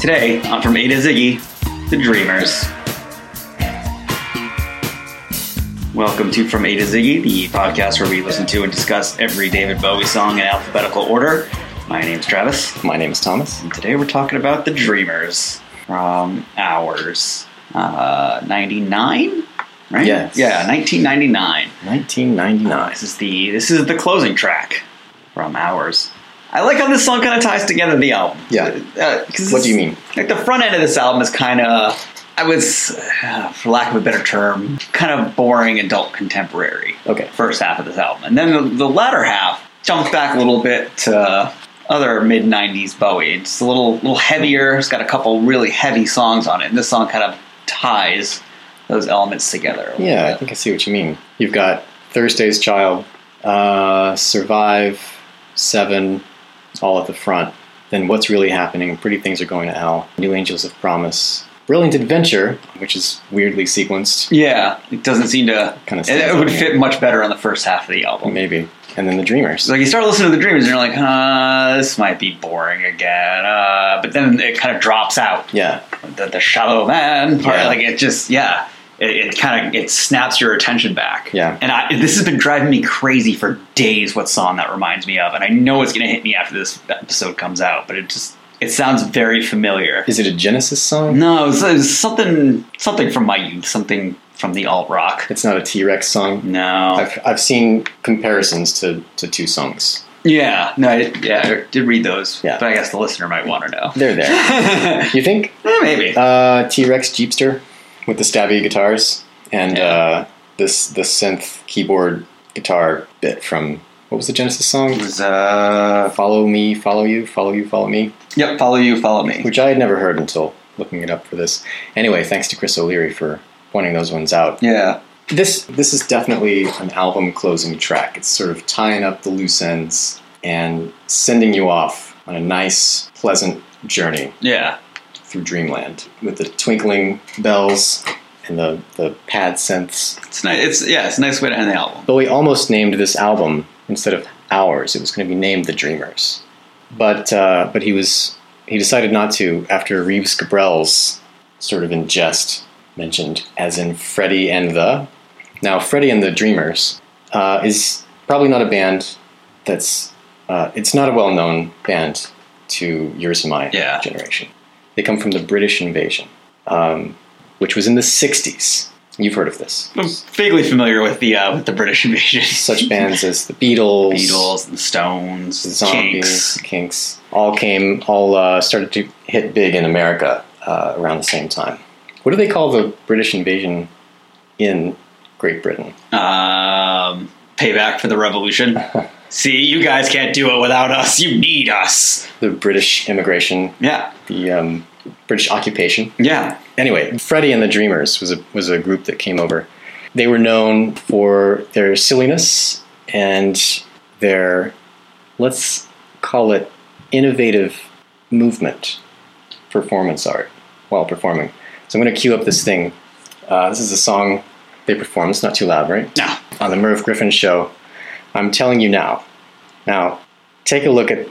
Today, on From A to Ziggy, The Dreamers. Welcome to From A to Ziggy, the podcast where we listen to and discuss every David Bowie song in alphabetical order. My name's Travis, My name is Thomas. and today we're talking about The Dreamers from Hours uh, 99, right? Yes. Yeah, 1999. 1999. This is the this is the closing track from Hours. I like how this song kind of ties together the album. Yeah. Uh, 'cause What do you it's- mean? Like the front end of this album is kind of, I was, uh, for lack of a better term, kind of boring adult contemporary. Okay. First half of this album, and then the, the latter half jumps back a little bit to other mid '90s Bowie. It's a little little heavier. It's got a couple really heavy songs on it, and this song kind of ties those elements together. a little Yeah, I bit. think I see what you mean. You've got Thursday's Child, uh, Survive, Seven, all at the front. Then What's Really Happening, Pretty Things Are Going to Hell, New Angels of Promise, Brilliant Adventure, which is weirdly sequenced, Yeah, it doesn't seem to. Kinda it, stands it would out, yeah. fit much better on the first half of the album. maybe. And then The Dreamers. So like you start listening to the Dreamers, and you're like, uh, this might be boring again. Uh, but then it kind of drops out. Yeah. The, the shallow man part, Yeah. like it just, yeah, it, it kind of it snaps your attention back. Yeah. and I, this has been driving me crazy for days. What song that reminds me of, and I know it's gonna hit me after this episode comes out, but it just it sounds very familiar. Is it a Genesis song? no, it's, it's something something from my youth, something from the alt rock. It's not a T Rex song. No, I've, I've seen comparisons to, to two songs. Yeah, no, I did, yeah, I did read those, Yeah. but I guess the listener might want to know. They're there. Eh, you think Maybe. Uh, T Rex Jeepster with the stabby guitars and uh, this the synth keyboard guitar bit from what was the Genesis It song? was, uh, Follow me, follow you, follow you, follow me, yep, follow you, follow me. which I had never heard until looking it up for this. Anyway, thanks to Chris O'Leary for pointing those ones out. Yeah, This this is definitely an album closing track. It's sort of tying up the loose ends and sending you off on a nice, pleasant journey yeah, through dreamland with the twinkling bells and the, the pad synths. it's nice. It's yeah, it's a nice way to end the album. Bowie almost named this album instead of ours. It was going to be named The Dreamers, but uh, but he was he decided not to after Reeves Cabrels sort of in jest mentioned as in Freddie and the. Now Freddie and the Dreamers uh, is probably not a band that's uh, it's not a well known band to yours and my Yeah. generation. They come from the British Invasion, um, which was in the '60s. You've heard of this I'm vaguely familiar with the uh, with the British invasion, such bands as the Beatles, Beatles and Stones, the and Zombies, Kinks. Kinks, all came, all uh, started to hit big in America uh, around the same time. What do they call the British invasion in Great Britain? Um, payback for the revolution. See, you guys can't do it without us. You need us. The British immigration, Yeah, the um, British occupation. yeah, Anyway, Freddie and the Dreamers was a was a group that came over. They were known for their silliness and their let's call it innovative movement performance art while performing. So I'm going to cue up this thing. Uh, this is a song they performed. It's not too loud, right? no, on the Merv Griffin show. I'm telling you now. Now, take a look at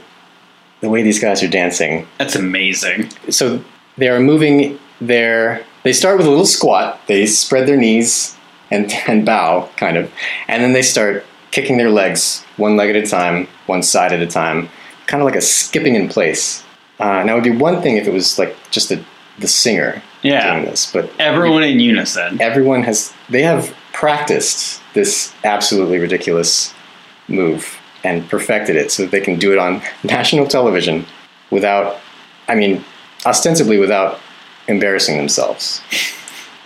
the way these guys are dancing that's amazing. so they are moving their they start with a little squat they spread their knees and, and bow kind of and then they start kicking their legs one leg at a time one side at a time kind of like a skipping in place uh, now it would be one thing if it was like just the, the singer Yeah. doing this but Everyone in unison. everyone has they have practiced this absolutely ridiculous move and perfected it so that they can do it on national television without i mean ostensibly without embarrassing themselves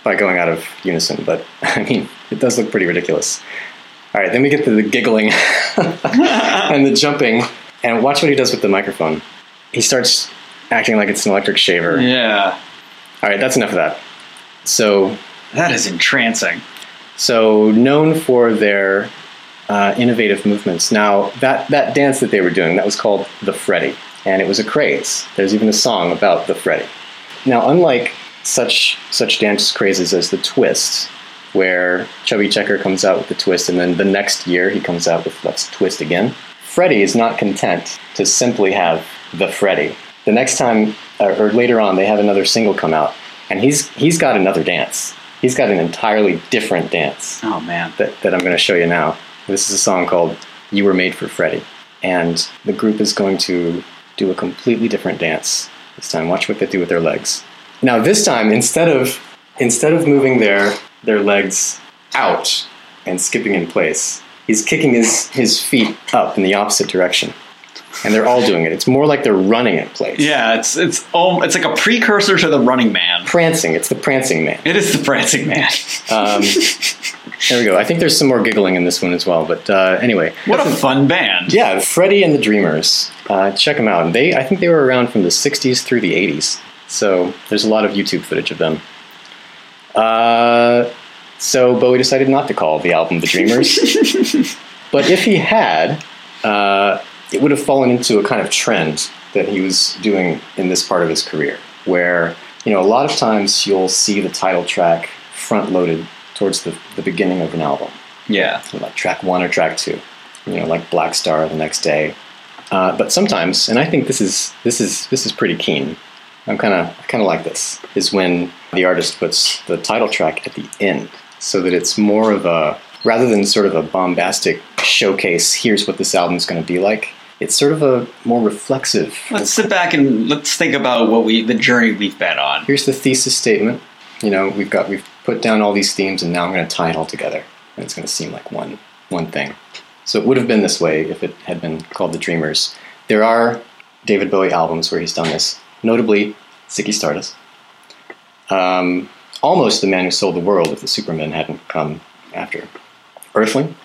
by going out of unison but i mean it does look pretty ridiculous all right then we get to the giggling and the jumping and watch what he does with the microphone he starts acting like it's an electric shaver Mm. Yeah. all right that's enough of that so That is entrancing. so known for their uh, innovative movements. Now that that dance that they were doing that was called the Freddy, and it was a craze. There's even a song about the Freddy. Now, unlike such such dance crazes as the twist, where Chubby Checker comes out with the twist, and then the next year he comes out with let's twist again. Freddy is not content to simply have the Freddy. the next time or, or later on they have another single come out, and he's he's got another dance. He's got an entirely different dance Oh man. that, that I'm going to show you now. This is a song called You Were Made for Freddy. And the group is going to do a completely different dance this time. Watch what they do with their legs. Now, this time, instead of, instead of moving their, their legs out and skipping in place, he's kicking his, his feet up in the opposite direction. And they're all doing it. It's more like they're running in place. Yeah, it's it's oh, it's like a precursor to the Running Man. Prancing. It's the prancing man. It is the Prancing Man. Um, there we go. I think there's some more giggling in this one as well. But uh, anyway. what a fun band! Yeah, Freddie and the Dreamers. Uh, check them out. They, I think they were around from the '60s through the '80s. So there's a lot of YouTube footage of them. Uh, so Bowie decided not to call the album "The Dreamers," but if he had, uh, it would have fallen into a kind of trend that he was doing in this part of his career, where you know a lot of times you'll see the title track front-loaded towards the, the beginning of an album Yeah, like track one or track two, you know, like Black Star the next day. Uh, but sometimes, and I think this is this is this is pretty keen. I'm kind of kind of like this is when the artist puts the title track at the end, so that it's more of a rather than sort of a bombastic showcase. Here's what this album's going to be like. It's sort of a more reflexive. let's sit back and let's think about what we the journey we've been on. Here's the thesis statement. You know, we've got we've put down all these themes, and now I'm going to tie it all together, and it's going to seem like one one thing. So it would have been this way if it had been called The Dreamers. There are David Bowie albums where he's done this, notably Ziggy Stardust, um, almost The Man Who Sold the World if the Superman hadn't come after. Earthling,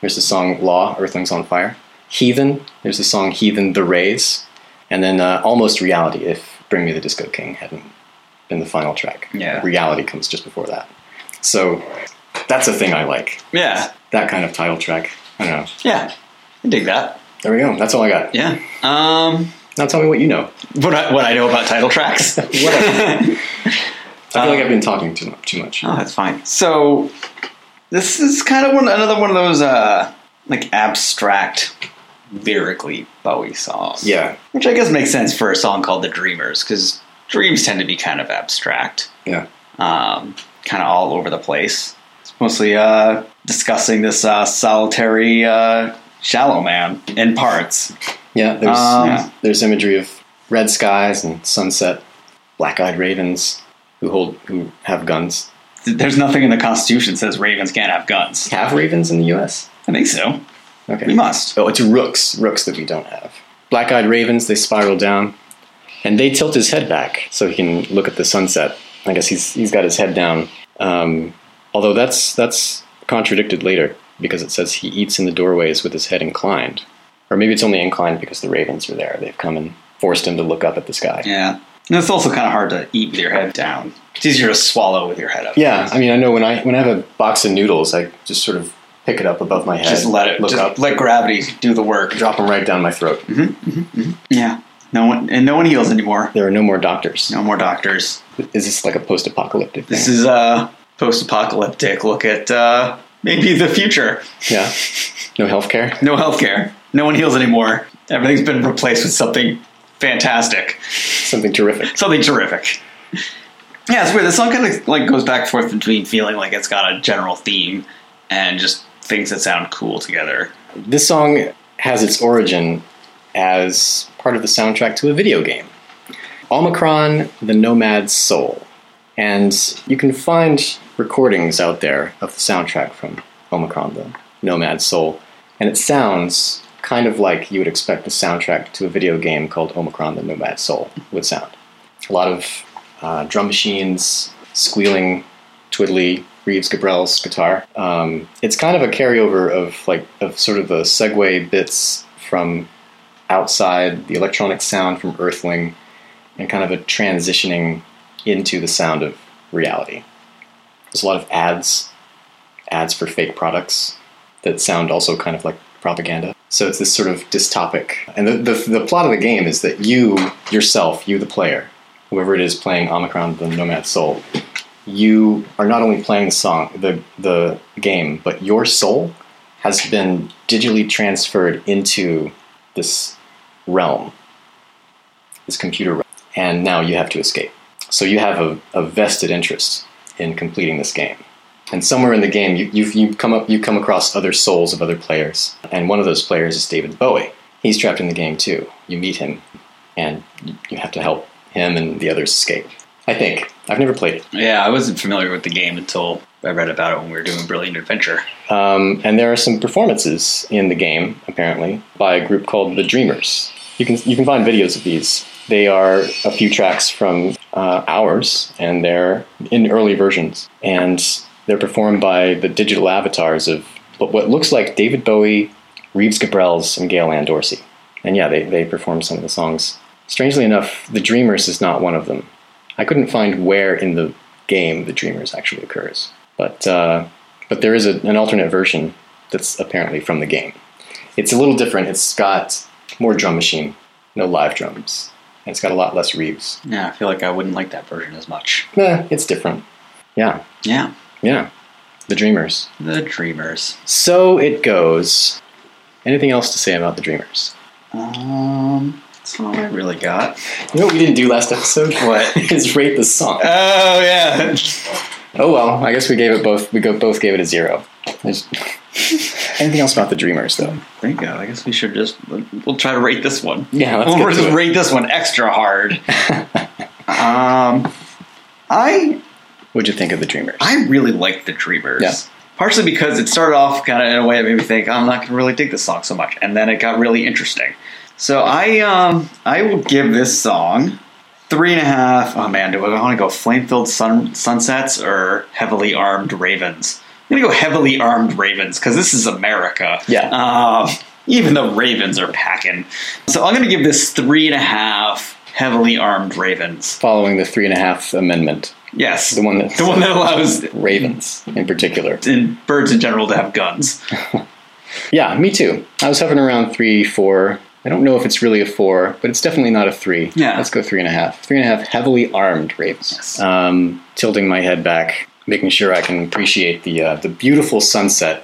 there's the song Law, Earthling's on Fire. Heathen, there's the song Heathen, The Rays. And then uh, Almost Reality if Bring Me the Disco King hadn't been the final track. Yeah. Reality comes just before that. So that's a thing I like. Yeah, That kind of title track. I don't know. yeah, I dig that. There we go. That's all I got. Yeah. Um, Now tell me what you know. what I, what I know about title tracks. I feel like Um, I've been talking too much. Too much. Oh, that's fine. So this is kind of one another one of those uh like abstract lyrically Bowie songs. Yeah, Which I guess makes sense for a song called The Dreamers cuz dreams tend to be kind of abstract. yeah, Um kind of all over the place. It's mostly uh discussing this uh solitary uh shallow man in parts. yeah. There's Um, yeah, there's imagery of red skies and sunset, black-eyed ravens who hold who have guns. Th- There's nothing in the constitution that says ravens can't have guns. Have ravens in the U.S. I think so. Okay. We must. Oh, it's rooks. Rooks that we don't have. Black-eyed ravens. They spiral down, and they tilt his head back so he can look at the sunset. I guess he's he's got his head down. Um, although that's that's contradicted later because it says he eats in the doorways with his head inclined, or maybe it's only inclined because the ravens are there. They've come and forced him to look up at the sky. Yeah. And it's also kind of hard to eat with your head down. It's easier to swallow with your head up. Yeah, I mean, I know when I when I have a box of noodles, I just sort of pick it up above my head, Just let it look just up, Let Mm-hmm. gravity do the work. drop them right down my throat. Yeah. No one and no one heals anymore. There are no more doctors. No more doctors. Is this like a post-apocalyptic? This thing? is a post-apocalyptic look at uh, maybe the future. yeah, no healthcare. No healthcare. No one heals anymore. Everything's been replaced with something fantastic, Something terrific. something terrific. Yeah, it's weird. The song kind of like goes back and forth between feeling like it's got a general theme and just things that sound cool together. This song has its origin as part of the soundtrack to a video game, Omicron: The Nomad's Soul, and you can find recordings out there of the soundtrack from Omicron: The Nomad's Soul, and it sounds kind of like you would expect the soundtrack to a video game called Omicron: The Nomad's Soul would sound. A lot of uh, drum machines squealing twiddly Reeves Gabrel's guitar. Um, it's kind of a carryover of like of sort of the segue bits from outside the electronic sound from Earthling, and kind of a transitioning into the sound of reality. There's a lot of ads, ads for fake products that sound also kind of like propaganda. So it's this sort of dystopic. And the, the, the plot of the game is that you, yourself, you the player, whoever it is playing Omicron, the Nomad Soul, you are not only playing the song, the, the game, but your soul has been digitally transferred into this realm this computer, and now you have to escape. So you have a, a vested interest in completing this game. And somewhere in the game, you, you've, you come up, you come across other souls of other players, and one of those players is David Bowie. He's trapped in the game too. You meet him, and you you have to help him and the others escape. I think I've never played it, Yeah, I wasn't familiar with the game until I read about it when we were doing Brilliant Adventure. um, and there are some performances in the game apparently by a group called the Dreamers. You can you can find videos of these. They are a few tracks from uh, ours, and they're in early versions, and they're performed by the digital avatars of what what looks like David Bowie, Reeves Gabrels, and Gail Ann Dorsey. And yeah, they, they perform some of the songs. Strangely enough, The Dreamers is not one of them. I couldn't find where in the game The Dreamers actually occurs. But, uh, but there is a, an alternate version that's apparently from the game. It's a little different. It's got more drum machine, no live drums. And it's got a lot less Reeves. Yeah, I feel like I wouldn't like that version as much. Eh, it's different. Yeah, Yeah, yeah. The Dreamers. the Dreamers. So it goes. Anything else to say about The Dreamers? Um, that's all I really got. You know what we didn't do last episode? What? is rate the song. Oh yeah. Oh well, I guess we gave it both. We go, both gave it a zero. There's- Anything else about the Dreamers though? There you go. I guess we should just we'll try to rate this one. Yeah, let's we'll get to just it. rate this one extra hard. um, I What'd you think of the Dreamers? I really liked the Dreamers. Yeah. Partially because it started off kind of in a way that made me think I'm not going to really dig this song so much, and then it got really interesting. So I um, I will give this song three and a half. Oh man, do I want to go flame-filled sun, sunsets or heavily armed ravens? I'm gonna go heavily armed ravens because this is America. Yeah. Um, even the ravens are packing. So I'm gonna give this three and a half heavily armed ravens. Following the three and a half amendment, Yes, the one that the one that allows ravens in particular. in birds in general to have guns. Yeah, me too. I was hovering around three, four. I don't know if it's really a four, but it's definitely not a three. Yeah. let's go three and a half. Three and a half heavily armed ravens. Yes. Um, tilting my head back, making sure I can appreciate the uh, the beautiful sunset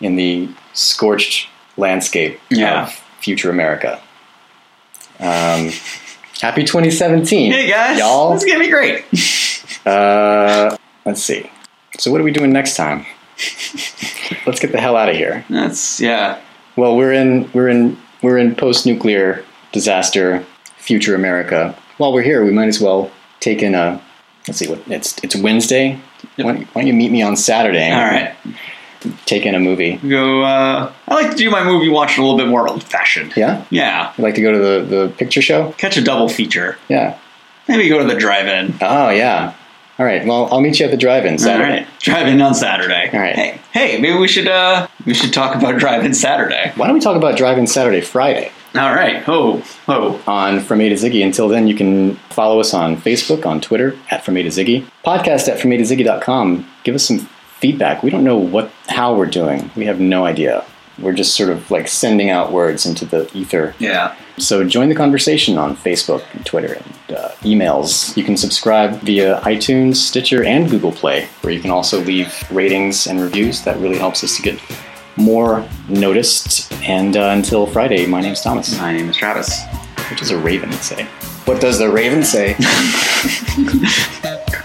in the scorched landscape Yeah. of future America. Um, happy 2017, Hey guys, y'all. this is gonna be great. Uh, let's see. So, what are we doing next time? let's get the hell out of here. That's yeah, Well, we're in we're in we're in post nuclear disaster future America. While we're here, we might as well take in a let's see what it's it's Wednesday. Why, don't, why don't you meet me on Saturday? all right. Take in a movie. Go. Uh, I like to do my movie watch a little bit more old fashioned. Yeah, Yeah, you like to go to the the picture show? catch a double feature. Yeah. Maybe go to the drive-in. Oh yeah. All right. Well, I'll meet you at the drive-in Saturday. All right, drive-in on Saturday. All right. Hey, hey, maybe we should uh we should talk about drive-in Saturday. Why don't we talk about drive-in Saturday Friday All right. Oh, oh. on From A to Ziggy? Until then, you can follow us on Facebook, on Twitter at From A to Ziggy, podcast at From A to Ziggy.com. Give us some feedback. We don't know what how we're doing. We have no idea. We're just sort of like sending out words into the ether. Yeah. So join the conversation on Facebook and Twitter and uh, emails. You can subscribe via iTunes, Stitcher, and Google Play, where you can also leave ratings and reviews. That really helps us to get more noticed. And uh, until Friday, my name's Thomas, My name is Travis. which is a raven say. What does the raven say?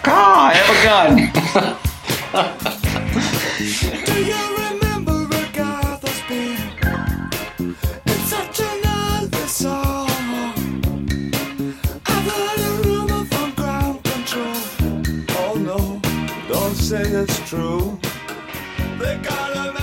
Ah, I have a gun. Do you remember a guy that's been in such an early song? I've heard a rumor from ground control. Oh no, don't say it's true. They got him